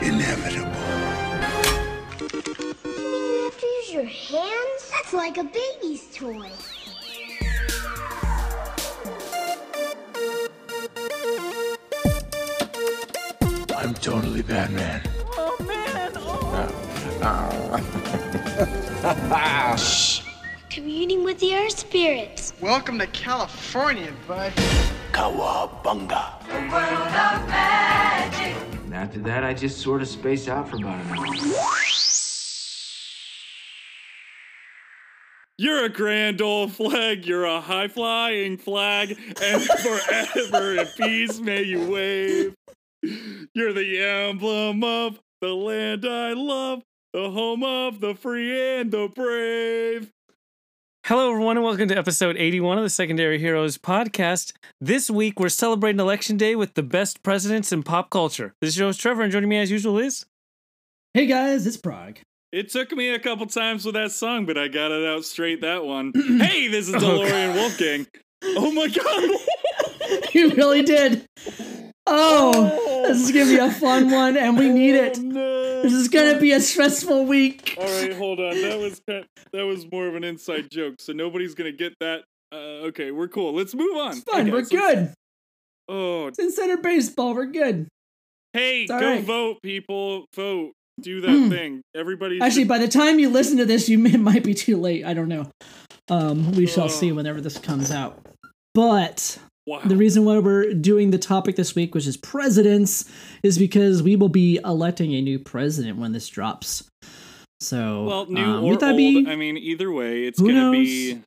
inevitable. You mean you have to use your hands? That's like a baby's toy. I'm totally Batman. Communing with the earth spirits. Welcome to California, bud. Kawabunga. And after that, I just sort of space out for about an hour. You're a grand old flag. You're a high flying flag. And forever in peace may you wave. You're the emblem of the land I love, the home of the free and the brave. Hello, everyone, and welcome to episode 81 of the Secondary Heroes podcast. This week, we're celebrating Election Day with the best presidents in pop culture. This is your host, Trevor, and joining me as usual is. Hey guys, it's Prague. It took me a couple times with that song, but I got it out straight that one. hey, this is DeLorean Wolfgang. Oh my god. You really did. Oh, this is gonna be a fun one, and we need it. Oh, no. This is gonna be a stressful week. All right, hold on. That was kind that was more of an inside joke, so nobody's gonna get that. Uh, okay, we're cool. Let's move on. It's fun. Okay, We're so- good. Oh, It's insider baseball. We're good. hey, It's go all right. Hmm. vote, people. Vote. Do that thing. Everybody. should- Actually, by the time you listen to this, you may, it might be too late. I don't know. Um, we shall Oh. see whenever this comes out. But wow. the reason why we're doing the topic this week, which is presidents, is because we will be electing a new president when this drops. So, well, new um, or would that old. be- I mean, either way, it's Who gonna knows? be.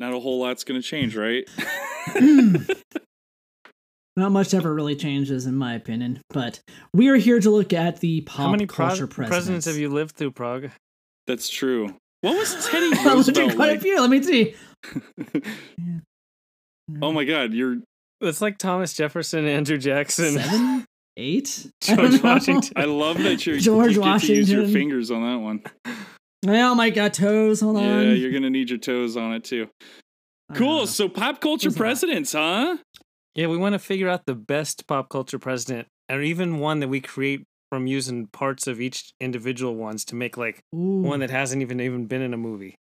Not a whole lot's gonna change, right? Not much ever really changes, in my opinion. But we are here to look at the pop How many pro- culture presidents. presidents. have you lived through, Prague? That's true. What was Teddy I looked at Roosevelt quite a like? few. Let me see. Oh my God, you're. That's like Thomas Jefferson, Andrew Jackson, Seven, eight. I don't George know. Washington. I love that you're. George you get to use your Washington. fingers on that one. Oh my God, toes. Hold on. Yeah, you're gonna need your toes on it too. I don't know. Cool. So pop culture Who's that? presidents, huh? Yeah, we want to figure out the best pop culture president, or even one that we create from using parts of each individual ones to make like Ooh, one that hasn't even even been in a movie.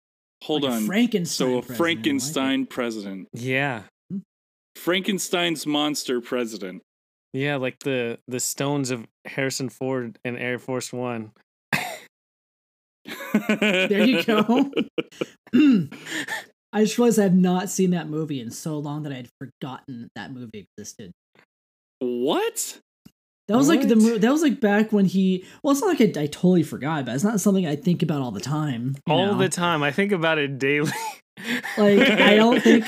Hold like a on. Frankenstein. so a president. I like Frankenstein president, Yeah, Frankenstein's monster president. yeah, like the the stones of Harrison Ford and Air Force One. There you go. it. I just realized I have not seen that movie in so long that I had forgotten that movie existed. what? That was like the What? mo- that was like back when he. Well, it's not like I, I totally forgot, but it's not something I think about all the time. you All know? the time, I think about it daily. Like I don't think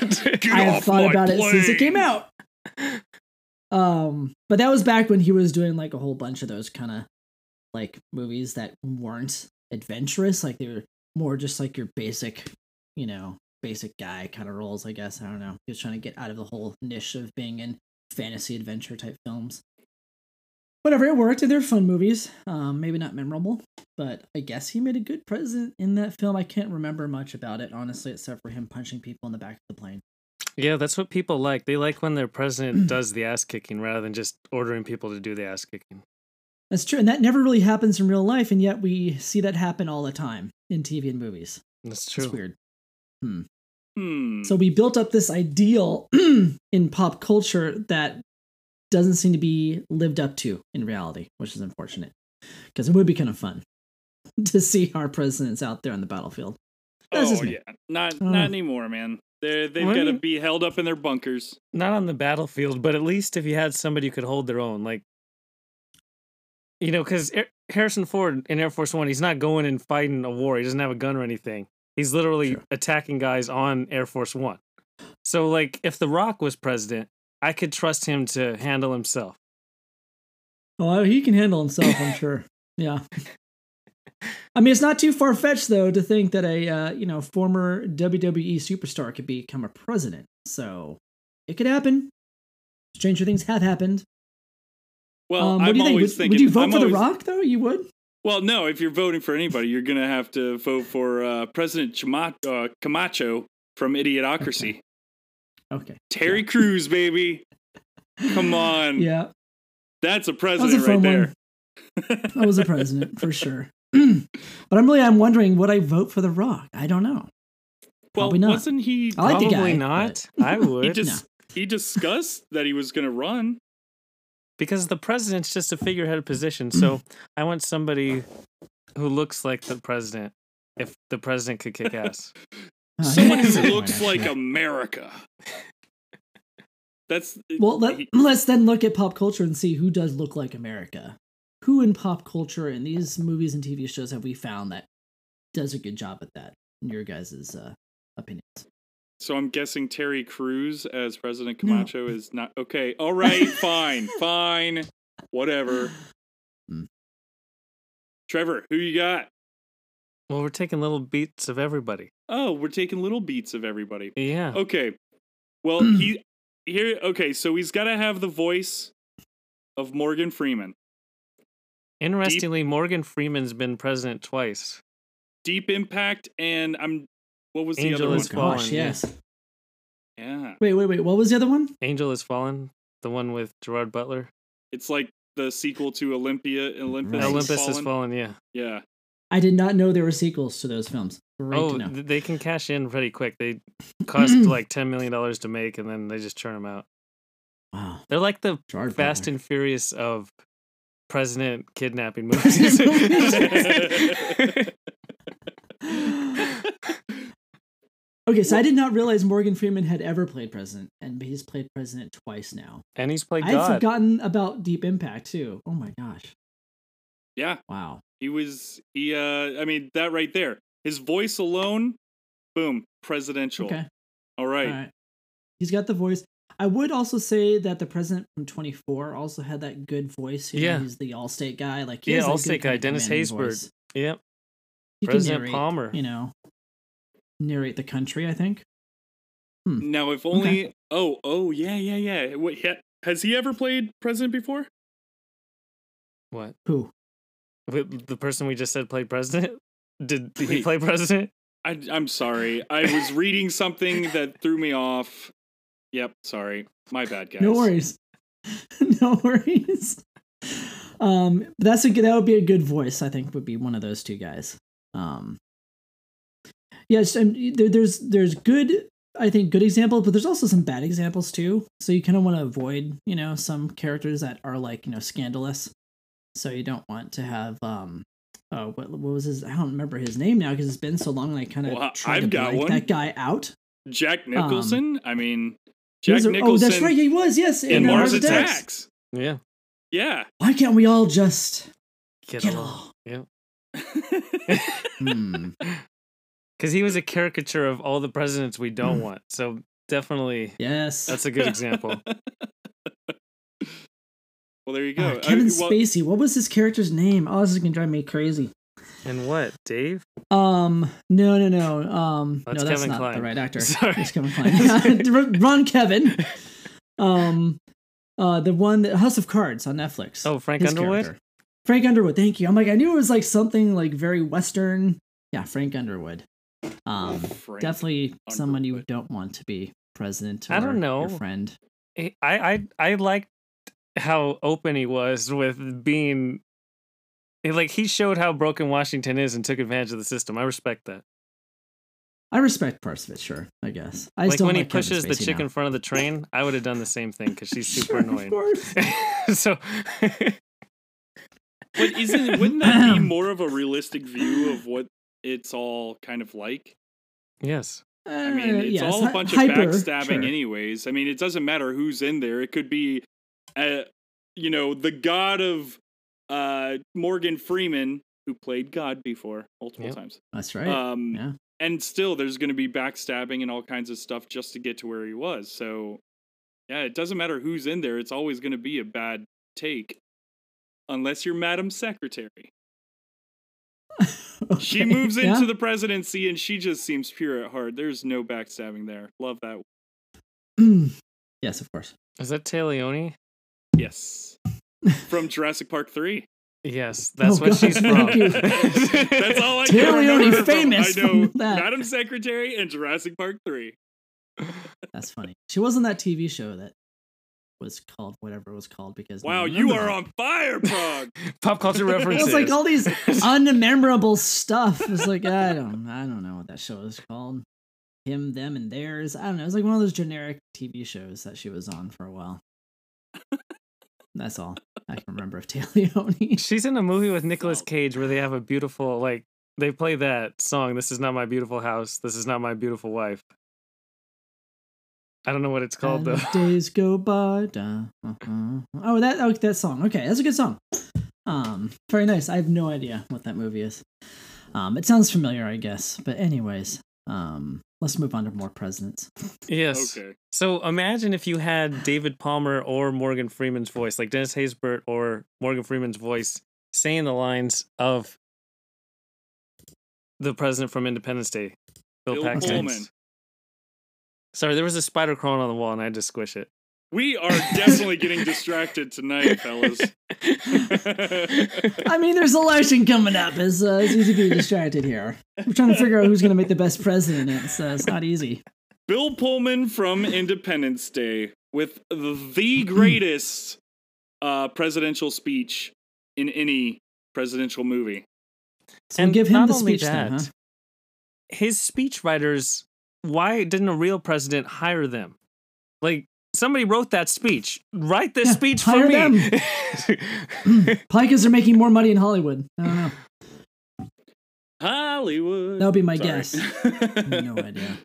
I have thought about it since it came out. Um, but that was back when he was doing like a whole bunch of those kind of like movies that weren't adventurous. Like they were more just like your basic, you know, basic guy kind of roles. I guess I don't know. He was trying to get out of the whole niche of being in fantasy adventure type films. Whatever, it worked, and they're fun movies. Um, maybe not memorable, but I guess he made a good present in that film. I can't remember much about it, honestly, except for him punching people in the back of the plane. Yeah, that's what people like. They like when their Mm. president does the ass kicking rather than just ordering people to do the ass kicking. That's true, and that never really happens in real life, and yet we see that happen all the time in TV and movies. That's true. It's weird. Hmm. So we built up this ideal in pop culture that doesn't seem to be lived up to in reality, which is unfortunate because it would be kind of fun to see our presidents out there on the battlefield. That's oh just me. yeah. Not Oh. not anymore, man. They're, they've What? got to be held up in their bunkers. not on the battlefield, but at least if you had somebody who could hold their own, like you know, because Harrison Ford in Air Force One, he's not going and fighting a war. He doesn't have a gun or anything. He's literally Sure. attacking guys on Air Force One. So, like, if The Rock was president, I could trust him to handle himself. Oh, he can handle himself, I'm sure. Yeah. I mean, it's not too far fetched though to think that a uh, you know former WWE superstar could become a president. So it could happen. Stranger things have happened. Well, um, what do you I'm think? Would, always thinking. would you vote I'm for always- The Rock though? You would. Well, no. If you're voting for anybody, you're gonna have to vote for uh, President Chima- uh, Camacho from Idiocracy. Okay. Terry Crews, baby. Come on. Yeah. That's a That was a president fun right there. one. I was a president for sure. but I'm really I'm wondering would I vote for The Rock? I don't know. Well, Probably not. wasn't he? I like the Probably guy, not. I would. he just he discussed that he was going to run. because the president's just a figurehead position. Mm. So I want somebody who looks like the president. If the president could kick ass, Uh, Someone yeah, that's who a good looks point, like actually. America. That's Well, let, he- let's then look at pop culture and see who does look like America. Who in pop culture and these movies and TV shows have we found that does a good job at that? In your guys' uh, opinions. So I'm guessing Terry Crews as President Camacho is not okay. All right, fine, fine, whatever. Hmm. Trevor, who you got? well, we're taking little beats of everybody. Oh, we're taking little beats of everybody. Yeah. Oh. Okay. Well, he here. Okay, so he's got to have the voice of Morgan Freeman. Interestingly, Morgan Freeman's been president twice. Deep Impact, and I'm. What was the Angel other one? is Fallen, Oh Gosh, yeah. yes. Yeah, Wait, wait, wait. What was the other one? Angel has fallen. The one with Gerard Butler. it's like the sequel to Olympia. Olympus, Right. has Olympus has Fallen. fallen. Yeah. Yeah. I did not know there were sequels to those films. Great oh, to know. th- they can cash in pretty quick. They cost like ten million dollars to make, and then they just churn them out. wow. They're like the Gerard Fast Butler. and Furious of president kidnapping movies. Okay, so I did not realize Morgan Freeman had ever played president, and he's played president twice now. and he's played I had God. forgotten about Deep Impact too. Oh my gosh! Yeah. Wow. He was he uh I mean that right there. His voice alone, boom, presidential. Okay. All right. All right. He's got the voice. I would also say that the president from 24 also had that good voice. You know, Yeah. he's the Allstate guy. Like he Yeah, has a good kind Allstate guy, of Dennis commanding Haysbert. voice. Yep. He can President narrate, Palmer. You know, narrate the country. I think. Now if only oh, oh yeah, yeah, yeah. Wait, ha- has he ever played president before? What? Who? Wait, The person we just said played president? Did did he Wait. play president? I I'm sorry. I was reading something that threw me off. Yep, sorry. My bad guys. No worries. no worries. Um, but that's a good. That would be a good voice. I think would be one of those two guys. Um, yes, and there, there's there's good. I think good examples, but there's also some bad examples too. So you kind of want to avoid, you know, some characters that are like you know scandalous. So you don't want to have um. Oh, what, what was his? I don't remember his name now because it's been so long. And I kind of Well, tried to I've got blank one. that guy out. Jack Nicholson? I mean Um, He Jack was a- Nicholson Oh, that's right. He was yes. in uh, Mars Mars Attacks. Attacks. Yeah. Yeah. Why can't we all just Get get Hmm, along. along? Because he was a caricature of all the presidents we don't want. So definitely Yes. that's a good example. Well, there you go. Ah, I- Kevin well, Spacey. What was his character's name? Oh, this is gonna drive me crazy. and what, Dave? Um, no, no, no. Um, That's no, that's Kevin not Kline. the right actor. Sorry. It's Kevin Klein. Ron Kevin. Um, uh, the one that House of Cards on Netflix. Oh, Frank His Underwood? character. Frank Underwood. Thank you. I'm like, I knew it was like something like very Western. Yeah, Frank Underwood. Um, Frank definitely someone you Underwood. don't want to be president. Or I don't know. Your friend. I I I liked how open he was with being like he showed how broken Washington is and took advantage of the system. I respect that. I respect parts of it, sure. I guess. I like still when like he Kevin pushes the Spacey chick now. in front of the train, I would have done the same thing because she's super Sure, Of annoying. course. so But isn't wouldn't that be more of a realistic view of what it's all kind of like? yes, I mean, Uh, it's yes, all a hy- bunch hyper, of backstabbing, sure. anyways. I mean, it doesn't matter who's in there. It could be, uh, you know, the god of uh, Morgan Freeman, who played God before multiple Yep. times. That's right. Um, yeah. And still, there's going to be backstabbing and all kinds of stuff just to get to where he was. So, yeah, it doesn't matter who's in there. It's always going to be a bad take, unless you're Madam Secretary. Okay, She Uh, moves yeah. into the presidency and she just seems pure at heart. There's no backstabbing there. Love that. yes, of course. is that Taleone? Yes. From Jurassic Park 3. Yes, that's Oh, what God, she's from. thank you. That's all I Totally can remember. already her from. famous I know from that. Madam Secretary and Jurassic Park 3. That's funny. She was on that TV show that was called whatever it was called because Wow, none of you it- are on fire, Prague. Pop culture Well, references. it's like all these unmemorable stuff. It's like I don't, I don't know what that show is called. Him, them, and theirs. I don't know. It's like one of those generic TV shows that she was on for a while. That's all I can remember of Taleone. She's in a movie with Nicolas So- Cage where they have a beautiful like they play that song. This is not my beautiful house. This is not my beautiful wife. I don't know what it's called And though. Days go by. da- uh-uh. Oh, that oh, that song. Okay, that's a good song. Um, very nice. I have no idea what that movie is. Um, it sounds familiar, I guess. But anyways, um, let's move on to more presidents. yes. okay. So imagine if you had David Palmer or Morgan Freeman's voice, like Dennis Haysbert or Morgan Freeman's voice, saying the lines of the president from Independence Day, Bill, Bill Paxton. Pullman. Sorry, there was a spider crawling on the wall, and I had to squish it. We are definitely getting distracted tonight, fellas. I mean, there's election coming up. It's, uh, it's easy to be distracted here. We're trying to figure out who's going to make the best president. It's, uh, it's not easy. Bill Pullman from Independence Day with the greatest uh, presidential speech in any presidential movie. So we'll give him not the only speech then, huh? His speech writers, why didn't a real president hire them? Like somebody wrote that speech. Write this Yeah, speech hire for me. Probably because they're making more money in Hollywood. I don't know. Hollywood. That would be my Sorry. guess. No idea.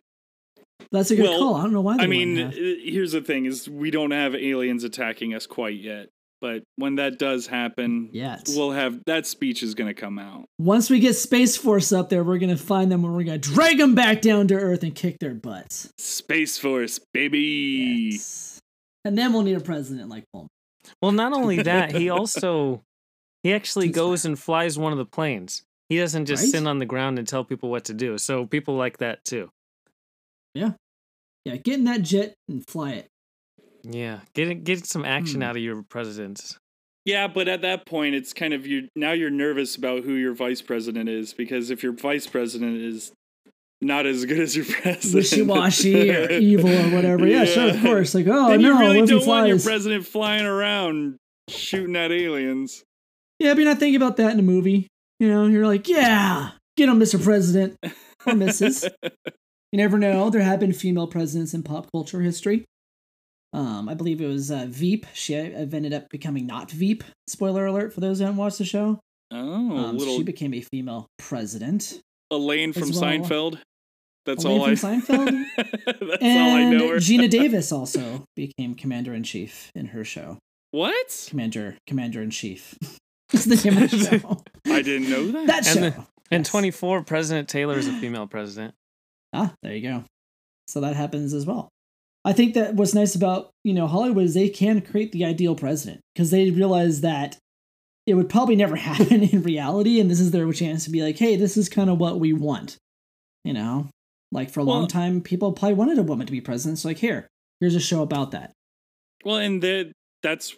That's a good Well, call. I don't know why. They I wouldn't mean, have. uh, here's the thing: is we don't have aliens attacking us quite yet. But when that does happen, Yet. we'll have that speech is going to come out. once we get Space Force up there, we're going to find them and we're going to drag them back down to Earth and kick their butts. Space Force, baby. Yes. And then we'll need a president like Pullman. well, not only that, he also he actually He's goes and flies one of the planes. He doesn't just Right? sit on the ground and tell people what to do. So people like that too. Yeah, get in that jet and fly it. Yeah, get get some action Hmm. out of your presidents. Yeah, but at that point, it's kind of you. Now you're nervous about who your vice president is because if your vice president is not as good as your president, wishy washy or evil or whatever. Yeah, sure, of Yeah. course. Like, oh then no, you really what if he don't want your flies? president flying around shooting at aliens. yeah, but you're not thinking about that in a movie. You know, you're like, yeah, get him, Mr. President or Mrs. you never know. There have been female presidents in pop culture history. Um, I believe it was uh, Veep. She ended up becoming not Veep. Spoiler alert for those who haven't watched the show. Oh, Um, little She became a female president. Elaine from as well. Seinfeld. That's Elaine all I. from Seinfeld? That's all I and know. Her. Gina Davis also became commander in chief in her show. what? Commander Commander in Chief. That's the name of the show. I didn't know that. That show. And And Yes. 24, President Taylor is a female president. Ah, there you go. So that happens as well. I think that what's nice about you know Hollywood is they can create the ideal president because they realize that it would probably never happen in reality, and this is their chance to be like, hey, this is kind of what we want. You know, like for a long Well- time, people probably wanted a woman to be president. So like, here, here's a show about that. Well, and that that's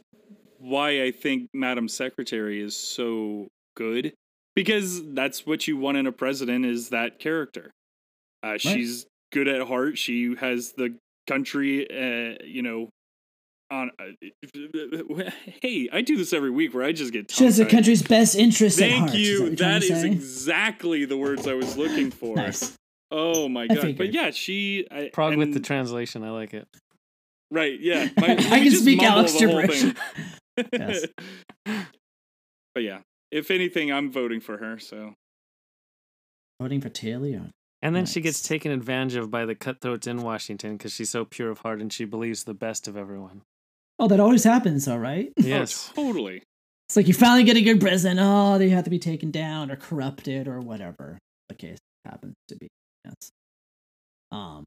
why I think Madam Secretary is so good because that's what you want in a president is that character. Uh, she's good at heart. She has the country, uh, you know. On uh, hey, I do this every week where I just get. She has the tongue-tied. country's best interest at Thank heart. is you. what you're trying That to is say? exactly the words I was looking for. nice. Oh my god! But figured. yeah, she I, Prague with the and- translation. I like it. right. Yeah, my, I we can just speak mumble Alex the whole gibberish. thing. Yes. but yeah, if anything, I'm voting for her. So Voting for Taylor. And then she gets Nice. taken advantage of by the cutthroats in Washington because she's so pure of heart and she believes the best of everyone. Oh, that always happens, all right. Oh, Yes. totally. It's like you finally get a good president. Oh, they have to be taken down or corrupted or whatever the case happens to be. Yes. Um,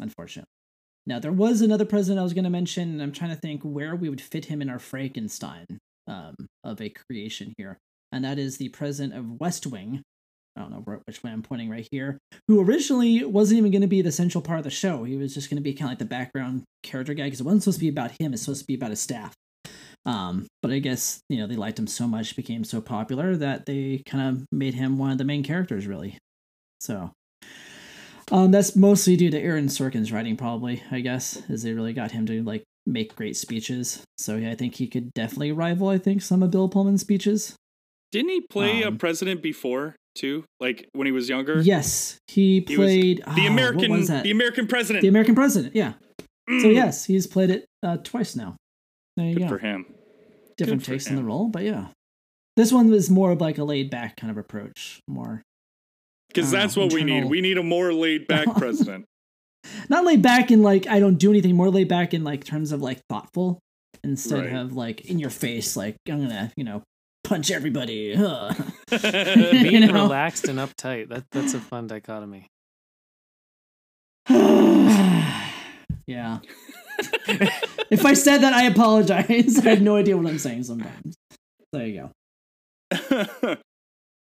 unfortunately. Now there was another president I was going to mention, and I'm trying to think where we would fit him in our Frankenstein um, of a creation here, and that is the president of West Wing. I don't know where, which way I'm pointing right here. Who originally wasn't even going to be the central part of the show. He was just going to be kind of like the background character guy because it wasn't supposed to be about him. It's supposed to be about his staff. Um, but I guess you know they liked him so much, became so popular that they kind of made him one of the main characters, really. So um, that's mostly due to Aaron Sorkin's writing, probably. I guess is they really got him to like make great speeches. So yeah, I think he could definitely rival. I think some of Bill Pullman's speeches. Didn't he play a Um, president before too? Like when he was younger. Yes, he He was played ah, the what American, was that? the American president. The American president. Yeah. So Mm. yes, he's played it uh, twice now. There you Good go. for him. Different for takes in the him. role, but yeah, this one was more of like a laid back kind of approach. More Because Uh, that's what we need. internal- We need a more laid back president. not laid back in like I don't do anything. More laid back in like terms of like thoughtful instead Right. of like in your face. Like I'm gonna you know punch everybody. huh. Being You Being know? relaxed and uptight. That that's a fun dichotomy. yeah. if I said that, I apologize. I have no idea what I'm saying sometimes. There you go.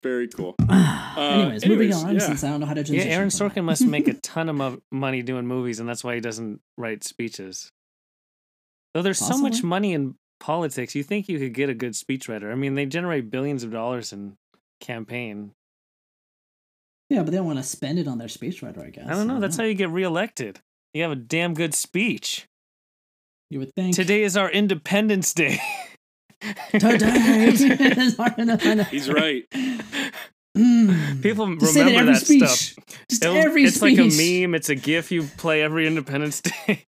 Very cool. Ah, Uh, anyways, moving anyways, on yeah. since I don't know how to Uh, Yeah, transition. Aaron from that. Sorkin must make a ton of mo- money doing movies, and that's why he doesn't write speeches. Though there's so much Possibly. money in politics, you think you could get a good speechwriter. I mean, they generate billions of dollars in campaign. Yeah, but they don't want to spend it on their speechwriter, I guess. I don't know. That's how you get reelected. You have a damn good speech. you would think. Today is our Independence Day. Today is our independent- He's right. Mm. People Just say that remember every that speech. stuff. Just It'll- every it's speech. like a meme. It's a GIF you play every Independence Day.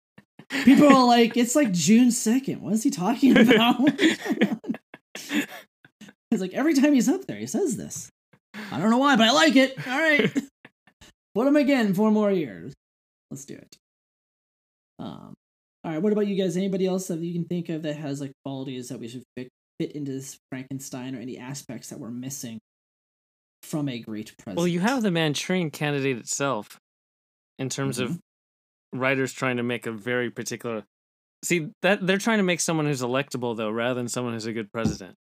People are like, it's like June second. What is he talking about? It's like every time he's up there, he says this. I don't know why, but I like it. All right, put him again four more years. Let's do it. Um, all right. What about you guys? Anybody else that you can think of that has like qualities that we should fit, fit into this Frankenstein or any aspects that we're missing from a great president? Well, you have the Manchurian candidate itself in terms of writers trying to make a very particular See, that they're trying to make someone who's electable though rather than someone who's a good president.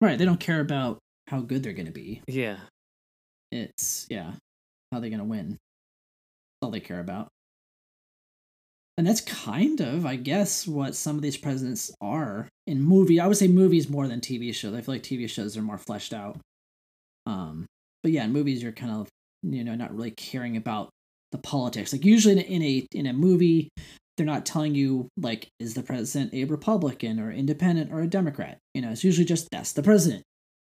right. They don't care about how good they're going to be. Yeah. It's yeah, how they're gonna win. That's all they care about. And that's kind of, I guess, what some of these presidents are in movie. I would say movies more than TV shows. I feel like TV shows are more fleshed out. Um, but yeah, in movies you're kind of you know not really caring about the politics. Like usually in a, in a in a movie, they're not telling you like is the president a Republican or independent or a Democrat. You know, it's usually just that's the president,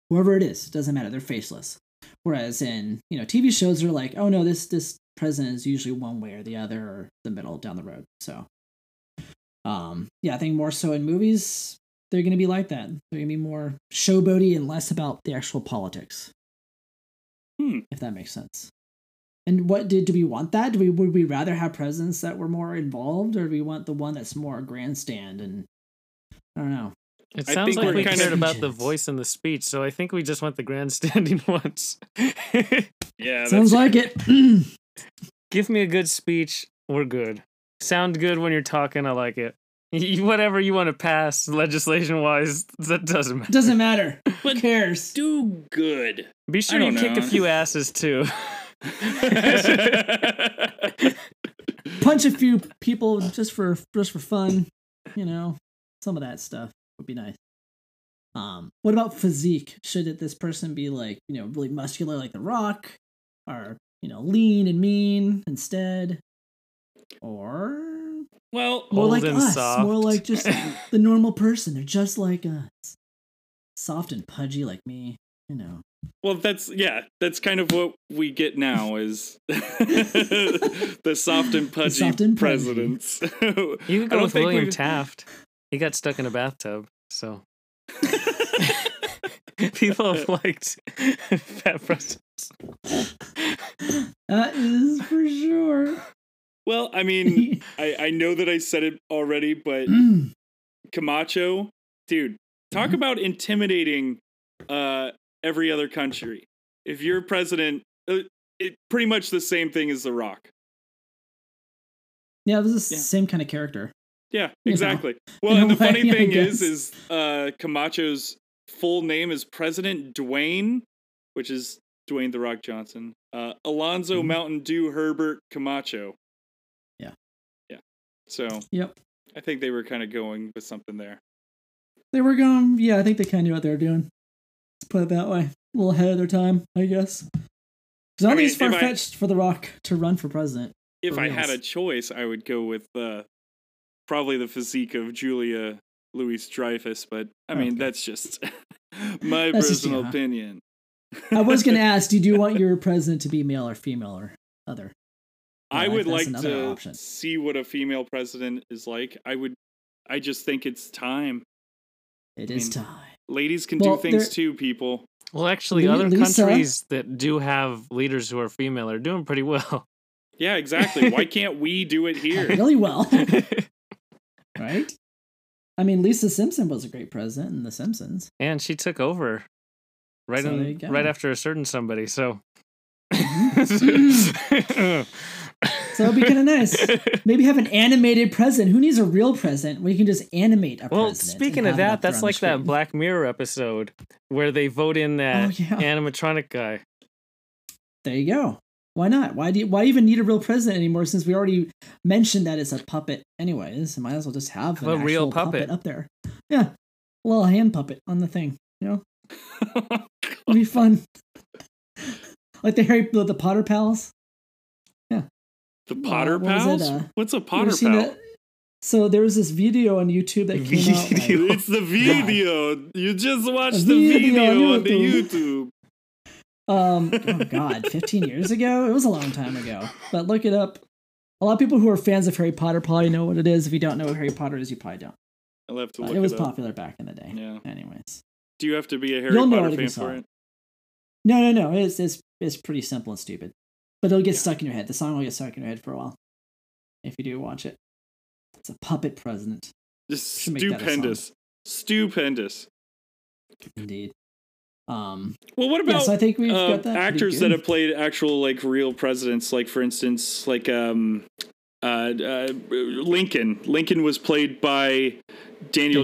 whoever it is. Doesn't matter. They're faceless. Whereas in you know TV shows, they're like, oh no, this this president is usually one way or the other or the middle down the road. So, um, yeah, I think more so in movies, they're gonna be like that. They're gonna be more showboaty and less about the actual politics. Hmm. If that makes sense. And what did do we want that? Do we would we rather have presidents that were more involved, or do we want the one that's more grandstand and I don't know. It I sounds think like we're we kind of- cared about the voice and the speech, so I think we just want the grandstanding ones. Yeah. Sounds that's- like it. Give me a good speech, we're good. Sound good when you're talking, I like it. You- Whatever you want to pass legislation wise, that doesn't matter. Doesn't matter. Who cares? do good. Be sure you don't kick a know. few asses too. punch a few people just for just for fun, you know. Some of that stuff would be nice. Um, what about physique? Should it, this person be like you know really muscular like The Rock, or you know lean and mean instead, or well, more Old like and us, soft. more like just the normal person? They're just like us, soft and pudgy like me, you know. well, that's yeah. That's kind of what we get now is the soft and pudgy soft and pudgy. presidents. You I could go don't with think William we- Taft. He got stuck in a bathtub, so people have liked fat presidents. That is for sure. Well, I mean, I, I know that I said it already, but Camacho, dude, talk Mm-hmm. about intimidating uh, every other country. If you're president, uh, it pretty much the same thing as The Rock. yeah, this is the Yeah. same kind of character. You Yeah, know, exactly. well, in and a the funny way, I thing is, guess. is uh, Camacho's full name is President Dwayne, which is Dwayne The Rock Johnson, uh, Alonzo Mhm. Mountain Dew Herbert Camacho. Yeah. yeah. So Yep. I think they were kind of going with something there. They were going, yeah, I think they kind of knew what they were doing. Let's put it that way. A little ahead of their time, I guess. Because I I think mean, it's if I- far fetched for The Rock to run for president. If For I had a reals. choice, I would go with uh, probably the physique of Julia Louis Dreyfus, but I mean, that's just my That's just, you personal know. opinion. I was gonna ask, did you want your president to be male or female or other? I like, would that's like another to option. see what a female president is like. I would, I just think it's time. It I is mean, time. Ladies can Well, do things there- too, people. Well, actually, Lisa? other countries that do have leaders who are female are doing pretty well. Yeah, exactly. Why can't we do it here? Really well, right? I mean, Lisa Simpson was a great president in The Simpsons. and she took over right So there you in, go. right after a certain somebody. So. Mm-hmm. So it'd be kind of nice. Maybe have an animated president. Who needs a real president? We can just animate a Well, president. and speaking of have it that, up there that's on the like that screen. Black Mirror episode where they vote in that Oh, yeah. animatronic guy. There you go. Why not? Why do you, why even need a real president anymore? Since we already mentioned that it's a puppet, anyways. Might as well just have, Have an a actual real puppet. puppet. up there. Yeah, a little hand puppet on the thing. You know, it'd be fun. like the Harry the Potter pals. the Potter what was Pals? that, uh, What's a You ever Potter seen Pal? that? So there was this video on YouTube that came out. like- Video. It's the video. You just watched the Video video on on the YouTube. Um, oh god, 15 years ago? It was a long time ago. But look it up. A lot of people who are fans of Harry Potter probably know what it is. If you don't know what Harry Potter is, you probably don't. I'll have to But look it was up. popular back in the day. Yeah. Anyways. Do you have to be a Harry You'll know Potter it if fan you for saw it? it. No, no, no. It's it's it's pretty simple and stupid. But it'll get stuck in your head. The song will get stuck in your head for a while. If you do watch it. It's a puppet president, Just Should make that a song. stupendous. Stupendous. indeed. Um Well, what yeah, about so I think we've uh, got that. pretty actors that good. have played actual like real presidents? Like for instance, like um, uh, uh, Lincoln. Lincoln was played by Daniel,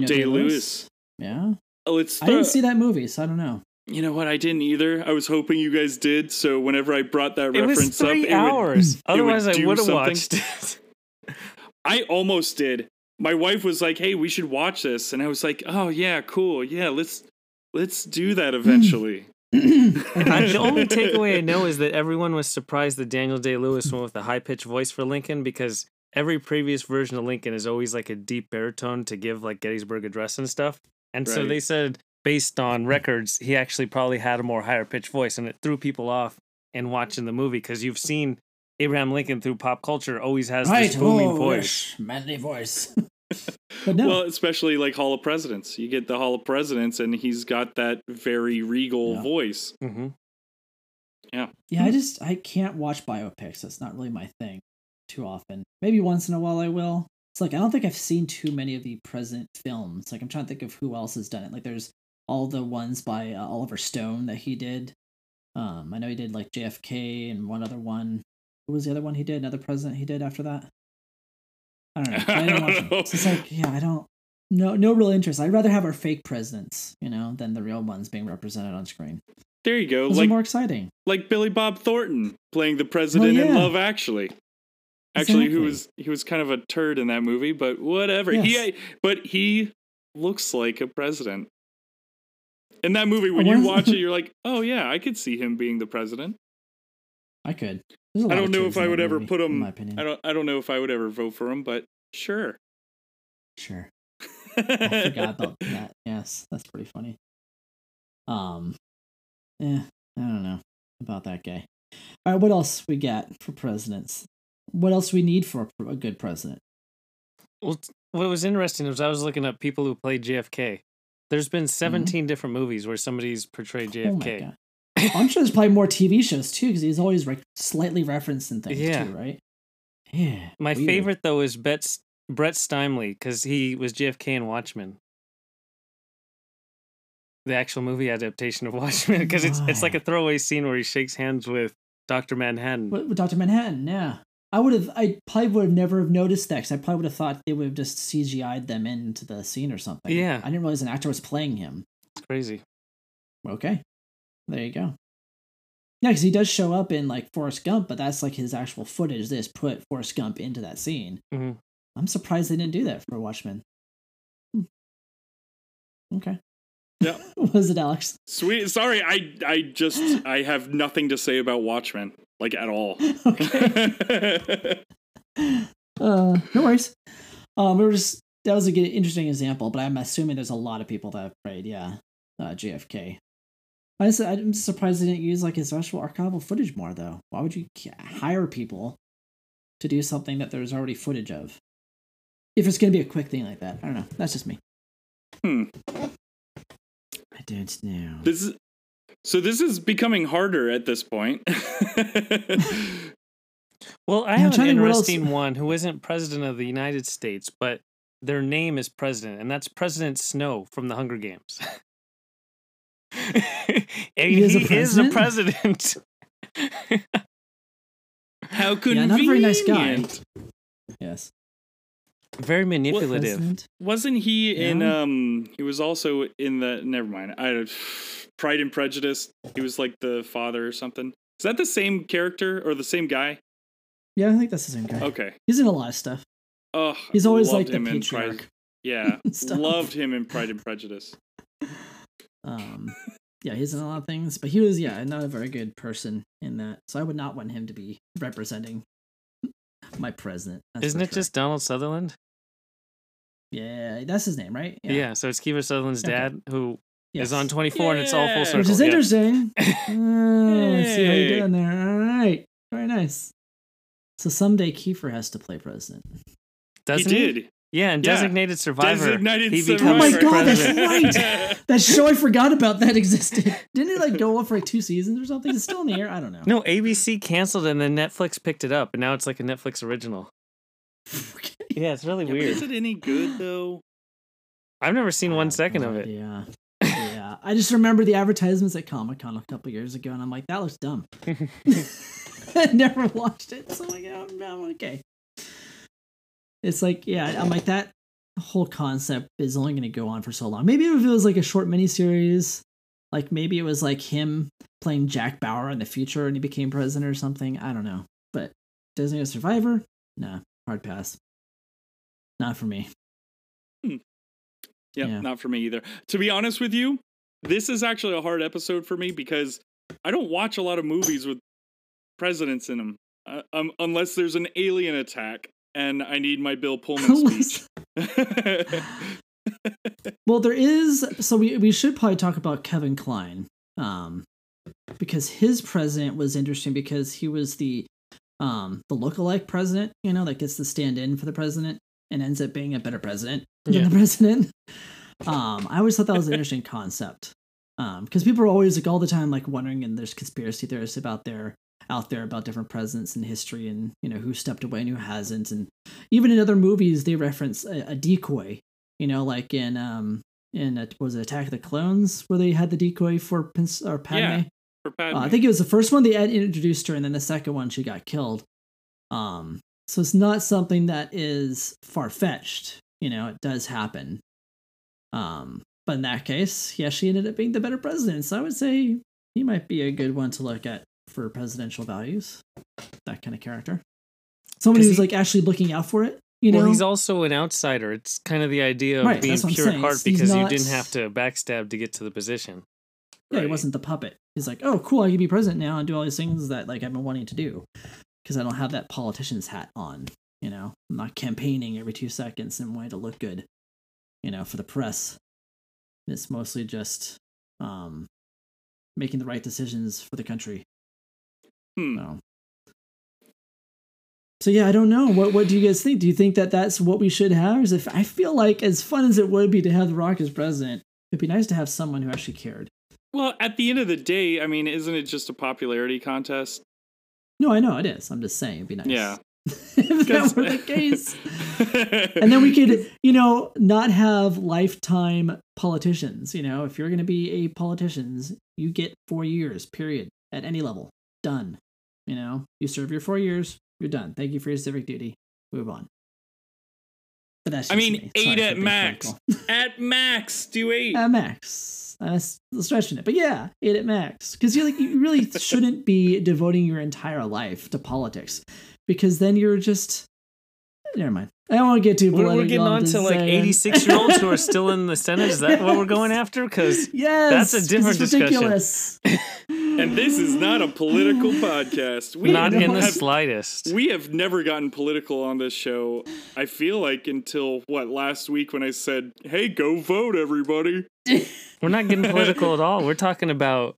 Daniel Day Day-Lewis? Lewis. Yeah. Oh, it's I didn't the- see that movie, so I don't know. You know what? I didn't either. I was hoping you guys did. So whenever I brought that It was reference three up, hours. Otherwise, I do would have something. watched it. I almost did. My wife was like, "Hey, we should watch this," and I was like, "Oh yeah, cool. Yeah, let's let's do that Hmm. eventually." I- the only takeaway I know is that everyone was surprised that Daniel Day Lewis went with the high pitched voice for Lincoln because every previous version of Lincoln is always like a deep baritone to give like Gettysburg Address and stuff. And so Right. they said, based on records, he actually probably had a more higher pitched voice, and it threw people off in watching the movie because you've seen Abraham Lincoln through pop culture always has this booming oh, voice. yes, manly voice. but no, Well, especially like Hall of Presidents. You get the Hall of Presidents, and he's got that very regal Yeah. voice. hmm yeah, I just I can't watch biopics. That's not really my thing too often. Maybe once in a while I will. It's like I don't think I've seen too many of the present films. Like I'm trying to think of who else has done it. Like there's all the ones by uh, Oliver Stone that he did. Um, I know he did like JFK and one other one. What was the other one he did? Another president he did after that. I don't know. I, I didn't don't watch it. know. It's just like yeah, I don't. No, no real interest. I'd rather have our fake presidents, you know, than the real ones being represented on screen. There you go, Those are like more exciting. like Billy Bob Thornton playing the president in yeah. Love Actually. Actually, Exactly. who was he was kind of a turd in that movie, but whatever. Yes. He but he looks like a president. In that movie, when I you wonder- watch it, you're like, "Oh yeah, I could see him being the president." I could. I don't know if I would ever put him. In my opinion, I don't. I don't know if I would ever vote for him, but sure. sure. I forgot about that. Yes, that's pretty funny. Um, yeah, I don't know about that guy. All right, what else we got for presidents? What else we need for a, pr- a good president? Well, t- what was interesting was I was looking up people who played JFK. There's been 17 different movies where somebody's portrayed JFK. Mm-hmm. Oh my god! I'm sure there's probably more TV shows too, because he's always re- slightly referenced in things Yeah. too, right? Yeah. My weird. favorite though is Bet- Brett Stimley because he was JFK in Watchmen, the actual movie adaptation of Watchmen. Because it's it's like a Right. throwaway scene where he shakes hands with Doctor Manhattan. With, with Dr. Manhattan, yeah. I would have, I probably would have never have noticed that because I probably would have thought they would have just CGI'd them into the scene or something. Yeah. I didn't realize an actor was playing him. It's crazy. Okay. There you go. Yeah, because he does show up in like Forrest Gump, but that's like his actual footage. This put Forrest Gump into that scene. Mhm. I'm surprised they didn't do that for Watchmen. Hmm. Okay. Yeah. what is it, Alex? Sweet. Sorry, I. I just. I have nothing to say about Watchmen, like at all. okay. Uh, no worries. Um, we were just that was a good, interesting example, but I'm assuming there's a lot of people that have prayed. Yeah, uh, JFK. I just, I'm surprised they didn't use like his actual archival footage more though. Why would you k- hire people to do something that there's already footage of? If it's gonna be a quick thing like that, I don't know. That's just me. Hmm. I don't know. This is so this is becoming harder at this point. Well, I Yeah, I'm have an trying to think what else- interesting one who isn't president of the United States, but their name is president, and that's President Snow from the Hunger Games. and he, He is a is the president. How Yeah, convenient. not a very nice guy. Yes. Very manipulative. President? Wasn't he in Yeah. um he was also in the never mind. I Pride and Prejudice. He was like the father or something. Is that the same character or the same guy? Yeah, I think that's the same guy. Okay. He's in a lot of stuff. Oh, He's always loved like the him in Pride- patriarch. Yeah. Stop. loved him in Pride and Prejudice. Um, yeah, he's in a lot of things, but he was yeah not a very good person in that. So I would not want him to be representing my president. that's Isn't for it sure. just Donald Sutherland? yeah? That's his name, right? Yeah. so it's Kiefer Sutherland's Okay. dad who is Yes. on 24 and it's all full Yeah. circle. Which is yeah. interesting. Oh, I see how Hey. you're doing there. All right, very nice. So someday Kiefer has to play president. Doesn't he did. Yeah, and Yeah. Designated Survivor. Designated he Survivor. becomes Oh my God, that's president. right. That show I forgot about that existed. Didn't it like go on for like two seasons or something? It's still in the air. I don't know. No, ABC canceled and then Netflix picked it up, and now it's like a Netflix original. Yeah, it's really Yeah, but weird. Is it any good though? I've never seen I one have second no of it. idea. yeah, I just remember the advertisements at Comic Con a couple years ago, and I'm like, that looks dumb. I never watched it, so like, I'm, I'm okay. It's like, yeah, I'm like that whole concept is only going to go on for so long. Maybe if it was like a short miniseries, like maybe it was like him playing Jack Bauer in the future, and he became president or something. I don't know, but Disney a Survivor, nah, hard pass. Not for me. Yep, Yeah. not for me either. To be honest with you, this is actually a hard episode for me because I don't watch a lot of movies with presidents in them, uh, um, unless there's an alien attack and I need my Bill Pullman speech. Well, there is. So we we should probably talk about Kevin Klein, um, because his president was interesting because he was the um the lookalike president, you know, that gets to stand in for the president and ends up being a better president than Yeah. the president. Um, I always thought that was an interesting concept. Um, because people are always like all the time like wondering, and there's conspiracy theorists about there out there about different presidents in history and you know who stepped away and who hasn't, and even in other movies they reference a, a decoy you know, like in um in uh was it Attack of the Clones where they had the decoy for Pins- or Padme. Yeah, for Uh, Padme. I think it was the first one they had introduced her, and then the second one she got killed. Um, so it's not something that is far fetched. You know, it does happen. Um, but in that case, yeah, she ended up being the better president. So I would say he might be a good one to look at for presidential values. That kind of character, someone 'Cause who's he- like actually looking out for it. You know, well, he's also an outsider. It's kind of the idea of Right, being that's what I'm pure at saying. heart He's because you not- didn't have to backstab to get to the position. Yeah, he Right. wasn't the puppet. He's like, oh, cool, I can be president now and do all these things that like I've been wanting to do because I don't have that politician's hat on. You know, I'm not campaigning every two seconds and wanting to look good. You know, for the press, it's mostly just um, making the right decisions for the country. Hmm. So. So yeah, I don't know. What what do you guys think? Do you think that that's what we should have? Is if I feel like as fun as it would be to have The Rock as president, it'd be nice to have someone who actually cared. Well, at the end of the day, I mean, isn't it just a popularity contest? No, I know it is. I'm just saying it'd be nice. Yeah. if that were the case. And then we could, you know, not have lifetime politicians. You know, if you're going to be a politician, you get four years, period, at any level. Done. You know, you serve your four years, you're done. Thank you for your civic duty. Move on. But that's I just mean, me. Sorry eight for at being max. political. at max, do eight. At max. That's stretching it. But yeah, eight at max. Because you like you really shouldn't be devoting your entire life to politics. Because then you're just Never mind. I don't want to get too We're, political. we're getting on to like 86 year olds who are still in the Senate. Is that what we're going after? Because Yes, a different it's discussion. ridiculous. And this is not a political podcast. We not in the have, slightest. We have never gotten political on this show. I feel like until what last week when I said, "Hey, go vote, everybody." We're not getting political at all. We're talking about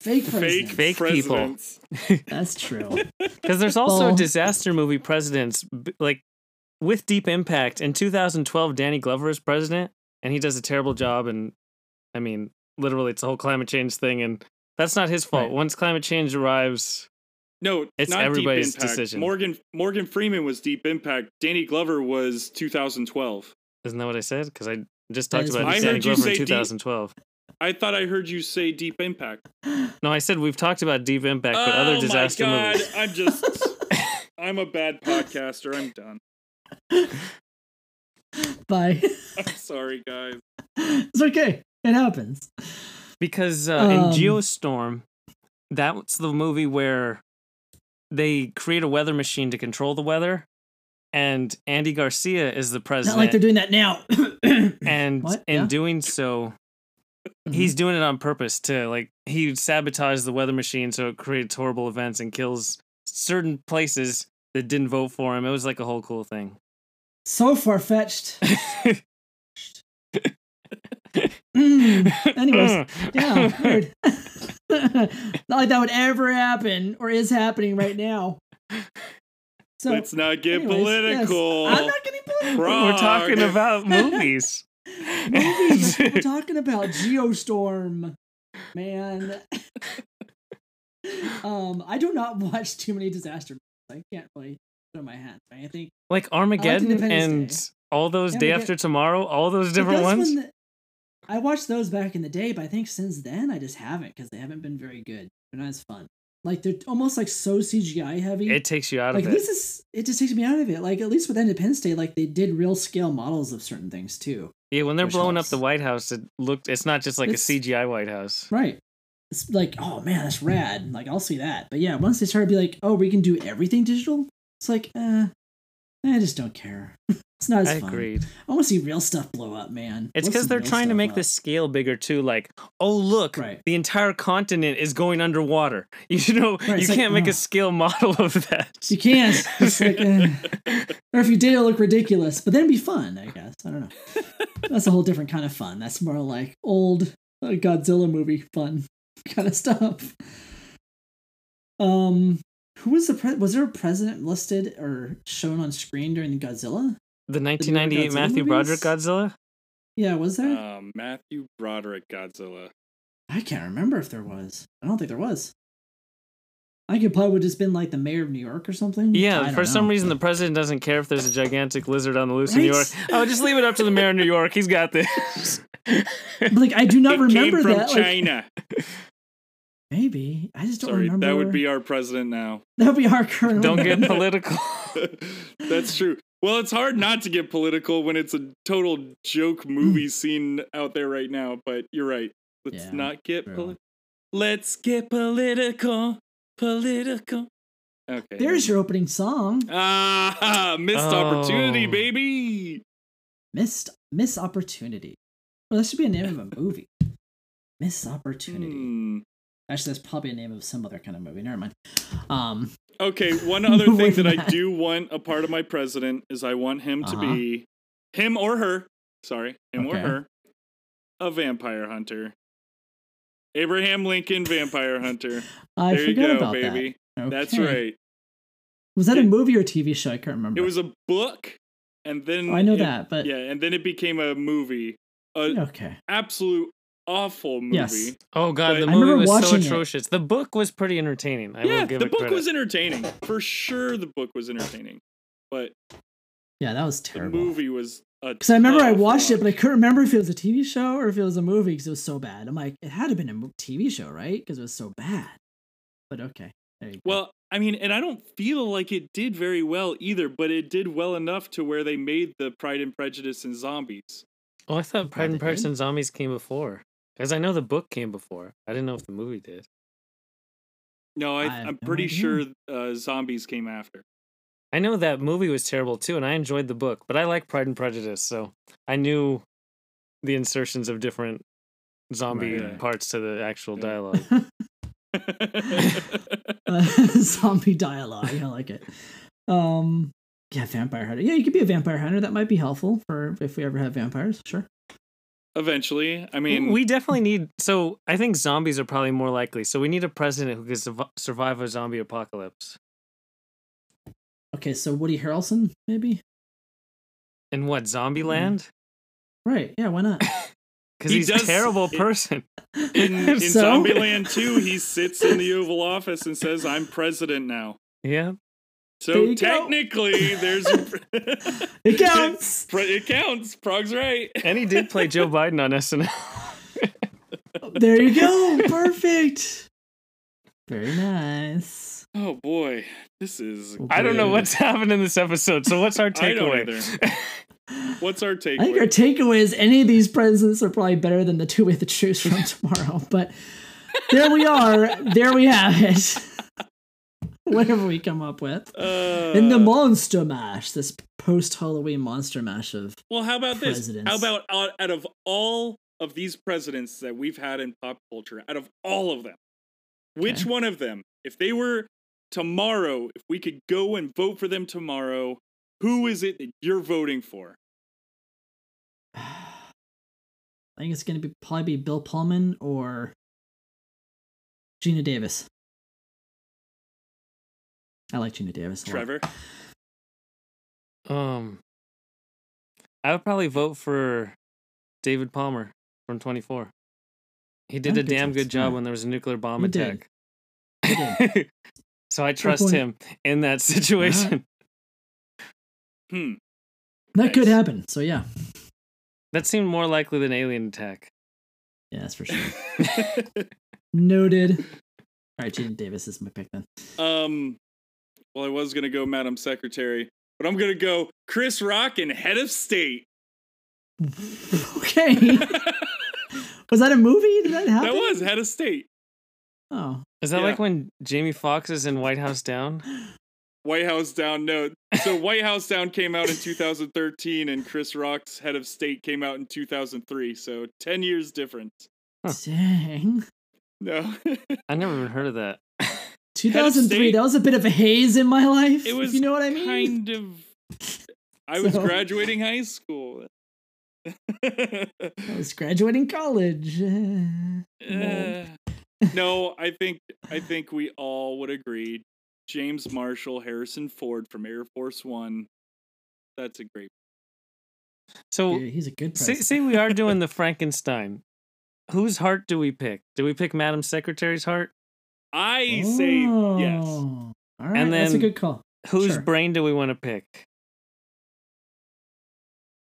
Fake Fake president. Fake people. presidents. That's true. because there's also Oh. disaster movie presidents b- like with deep impact. In 2012, Danny Glover is president, and he does a terrible job. And I mean, literally, it's the whole climate change thing, and that's not his fault. Right. Once climate change arrives, No, It's not everybody's Deep Impact. decision. Morgan Morgan Freeman was Deep Impact. Danny Glover was 2012. isn't that what I said? Because I just That talked is about what you Danny said. I heard you Glover in say deep- 2012. I thought I heard you say Deep Impact. No, I said we've talked about Deep Impact, but other disaster Oh my God, movies. I'm just I'm a bad podcaster. I'm done. Bye. I'm sorry, guys. It's okay. It happens. Because uh, in Um, Geostorm, that's the movie where they create a weather machine to control the weather, and Andy Garcia is the Not president. like they're doing that now. and What? in Yeah. Mm-hmm. doing so, he's doing it on purpose to like he sabotaged the weather machine so it creates horrible events and kills certain places that didn't vote for him. It was like a whole cool thing. so far fetched. Hmm. Mm. Anyways, yeah, weird. Not like that would ever happen or is happening right now. So Let's not get anyways, yes. political. I'm not getting political. We're talking Frog. about movies. Movies, we're talking about Geostorm, man. um, I do not watch too many disaster movies. I can't really throw my hat. I think like Armageddon Independence and Day. all those Yeah, Day we get- After Tomorrow, all those But different that's ones. when the- I watched those back in the day, but I think since then I just haven't because they haven't been very good. They're not as fun. Like they're almost like so CGI heavy. it takes you out like of this it. is it just takes me out of it. Like at least with Independence Day, like they did real scale models of certain things too. Yeah, when they're which blowing up helps. the White House, it looked it's not just like It's- a CGI White House. Right. It's like, oh man, that's rad. Like I'll see that. But yeah, once they started to be like, oh, we can do everything digital, it's like, uh, I just don't care. it's not as I fun. agreed. I want to see real stuff blow up, man. It's What's because the they're real trying to stuff make up? the scale bigger too. Like, oh look, Right. the entire continent is going underwater. You know, you it's like, can't make oh. a scale model of that. You can't. It's like, eh. or if you did, it'll look ridiculous. But then it'd be fun, I guess. I don't know. That's a whole different kind of fun. That's more like old uh, Godzilla movie fun kind of stuff. Um, who was the pre- was there a president listed or shown on screen during Godzilla? The newer 1998 Godzilla Matthew Broderick movies? Godzilla. Yeah, was there? Um, Matthew Broderick Godzilla. I can't remember if there was. I don't think there was. I could probably would just been like the mayor of New York or something. I Yeah, don't for some know. reason the president doesn't care if there's a gigantic lizard on the loose in New York. Right? Oh, just leave it up to the mayor of New York. He's got this. But, like I do not it came remember from that. like, China. maybe I just don't Sorry, remember. that would be our president now. that would be our current. Don't one. get political. That's true. Well, it's hard not to get political when it's a total Mm. joke movie scene out there right now, but you're right. Let's Yeah, not get true. political. Let's get political. Political. Okay. There's your opening song. Ah, missed opportunity, Oh. baby. Missed Miss Opportunity. Well, that should be a name of a movie. Miss Opportunity. Hmm. Actually, that's probably a name of some other kind of movie. Never mind. Um, Okay, one other thing With that I that. do want a part of my president is I want him to Uh-huh. be him or her, sorry, him or Okay. her, a vampire hunter. Abraham Lincoln vampire hunter. I there you forgot go, about baby. that. That's Okay. right. Was that a movie or a TV show? I can't remember. It was a book and then Oh, I know it- that, but Yeah, and then it became a movie. An okay. absolute awful movie. Yes. Oh god, the But- I movie remember was so watching it. atrocious. The book was pretty entertaining. I yeah, will give the it book credit. was entertaining. For sure the book was entertaining. But Yeah, that was the terrible. movie was a Because I remember I tough watched it, watch. but I couldn't remember if it was a TV show or if it was a movie because it was so bad. I'm like, it had to have been a mo- TV show, right? Because it was so bad. But okay. There you go. Well, I mean, and I don't feel like it did very well either, but it did well enough to where they made the Pride and Prejudice and Zombies. Oh, I thought Pride they and Prejudice did? and Zombies came before. Because I know the book came before. I didn't know if the movie did. No, I, I I have am no pretty idea. sure uh, Zombies came after. I know that movie was terrible too, and I enjoyed the book, but I like Pride and Prejudice, so I knew the insertions of different zombie Right. parts to the actual dialogue. zombie dialogue. I like it. Um, yeah, vampire hunter. Yeah, you could be a vampire hunter. That might be helpful for if we ever have vampires. Sure. Eventually, I mean, we definitely need. So I think zombies are probably more likely. So we need a president who can surv- survive a zombie apocalypse. Okay, so Woody Harrelson, maybe. And what Zombie Land? Right. Yeah. Why not? Because Mm-hmm. He he's a does- terrible it- person. in, in So? Zombieland 2, he sits in the Oval Office and says, I'm president now. yeah. So There you go. technically, there's. a- It counts. Pr- it counts. Prog's right. And he did play Joe Biden on SNL. there you go. Perfect. Very nice. Oh boy, this is. I don't know what's happened in this episode. So what's our I don't takeaway? either. What's our I think our takeaway? takeaway is any of these presents are probably better than the two we have to choose from tomorrow. But there we are. There we have it. Whatever we come up with. Uh, In the Monster Mash, this post Halloween Monster Mash of well, how about this? How presidents. about out, out of all of these presidents that we've had in pop culture, out of all of them, which Okay. one of them, if they were tomorrow, if we could go and vote for them tomorrow, who is it that you're voting for? I think it's gonna be probably be Bill Pullman or Gina Davis. I like Gina Davis. a lot. Trevor. Um, I would probably vote for David Palmer from 24. He did a That'd be damn good. good job Yeah. when there was a nuclear bomb He did. attack. He did. so I trust point. him in that situation. Hmm. That could Nice. happen. So yeah, That seemed more likely than alien attack. yeah, that's for sure. Noted. All right, Gina Davis is my pick then. Um, well, I was gonna go Madam Secretary, but I'm gonna go Chris Rock and Head of State. okay. that Was that a movie? Did that happen? was Head of State. Oh, Is that Yeah. like when Jamie Foxx is in White House Down? White House Down. No, so White House Down came out in 2013, and Chris Rock's Head of State came out in 2003. So 10 years difference. Huh. dang. No, I never even heard of that. 2003. State- That was a bit of a haze in my life. it was. If you know what I mean. Kind of. I was So- graduating high school. I was graduating college. Uh, no, I think I think we all would agree. James Marshall, Harrison Ford from Air Force One. That's a great. So Dude, he's a good say, person. say we are doing the Frankenstein. Whose heart do we pick? Do we pick Madam Secretary's heart? I say yes. Oh. All right, that's a then- good call. Whose Sure. brain do we want to pick?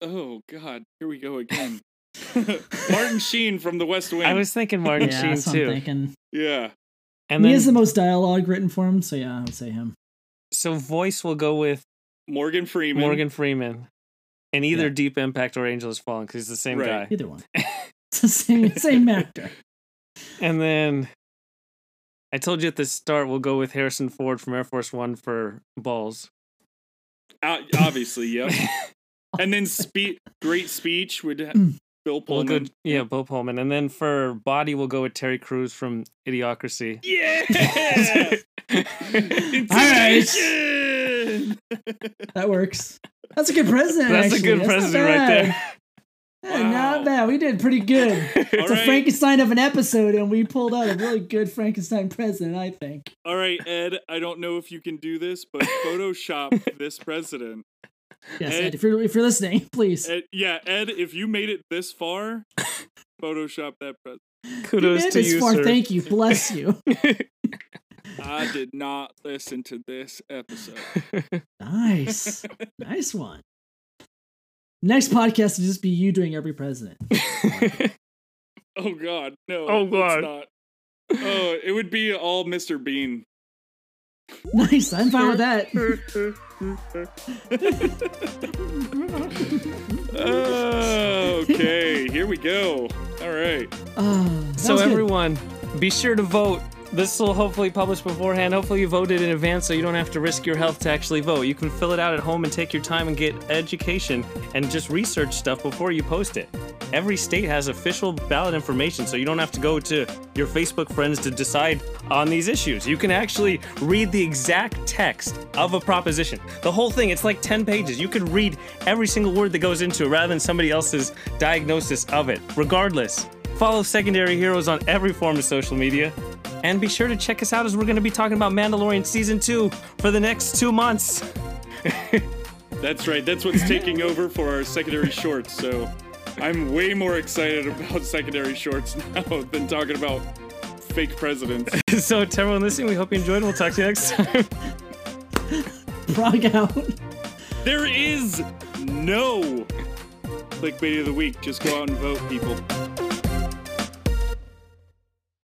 Oh God, here we go again. Martin Sheen from The West Wing. I was thinking Martin yeah, Sheen that's what I'm too. thinking. yeah. And he then has the most dialogue written for him, so yeah, I would say him. so voice will go with Morgan Freeman. Morgan Freeman, and either Yeah. Deep Impact or Angel Has Fallen because he's the same Right. guy. Either one. It's the same, same actor. And then I told you at the start we'll go with Harrison Ford from Air Force One for balls. O- obviously, yep. and then spe- great speech would ha- Mm. Bill We'll Pullman. go, yeah, Bill Pullman, and then for body we'll go with Terry Crews from Idiocracy. Yeah. Intimidation! That works. That's a good president. That's a actually. good not president right bad. there. Yeah, Wow. Not bad. We did pretty good. All It's a right. Frankenstein of an episode, and we pulled out a really good Frankenstein president, I think. All right, Ed, I don't know if you can do this, but Photoshop this president. Yes, Hey. Ed, if you're if you're listening, please. Ed, yeah, Ed, if you made it this far, Photoshop that president. You Kudos made to this you, far. sir. Thank you. Bless you. I did not listen to this episode. Nice. nice one. Next podcast will just be you doing every president. Oh God, no. Oh, it's God. not. Oh, it would be all Mr. Bean. Nice. I'm fine with that. Oh, okay, here we go. All right. Ah, that so was good. everyone, be sure to vote This will hopefully publish beforehand. Hopefully, you voted in advance so you don't have to risk your health to actually vote. You can fill it out at home and take your time and get education and just research stuff before you post it. Every state has official ballot information, so you don't have to go to your Facebook friends to decide on these issues. You can actually read the exact text of a proposition. The whole thing, it's like 10 pages. You can read every single word that goes into it rather than somebody else's diagnosis of it. Regardless, follow Secondary Heroes on every form of social media. And be sure to check us out as we're going to be talking about Mandalorian Season 2 for the next two months. That's right. That's what's taking over for our secondary shorts. So I'm way more excited about secondary shorts now than talking about fake presidents. so, to everyone listening, we hope you enjoyed. We'll talk to you next time. Frog out. There is no clickbait of the week. Just go out and vote, people.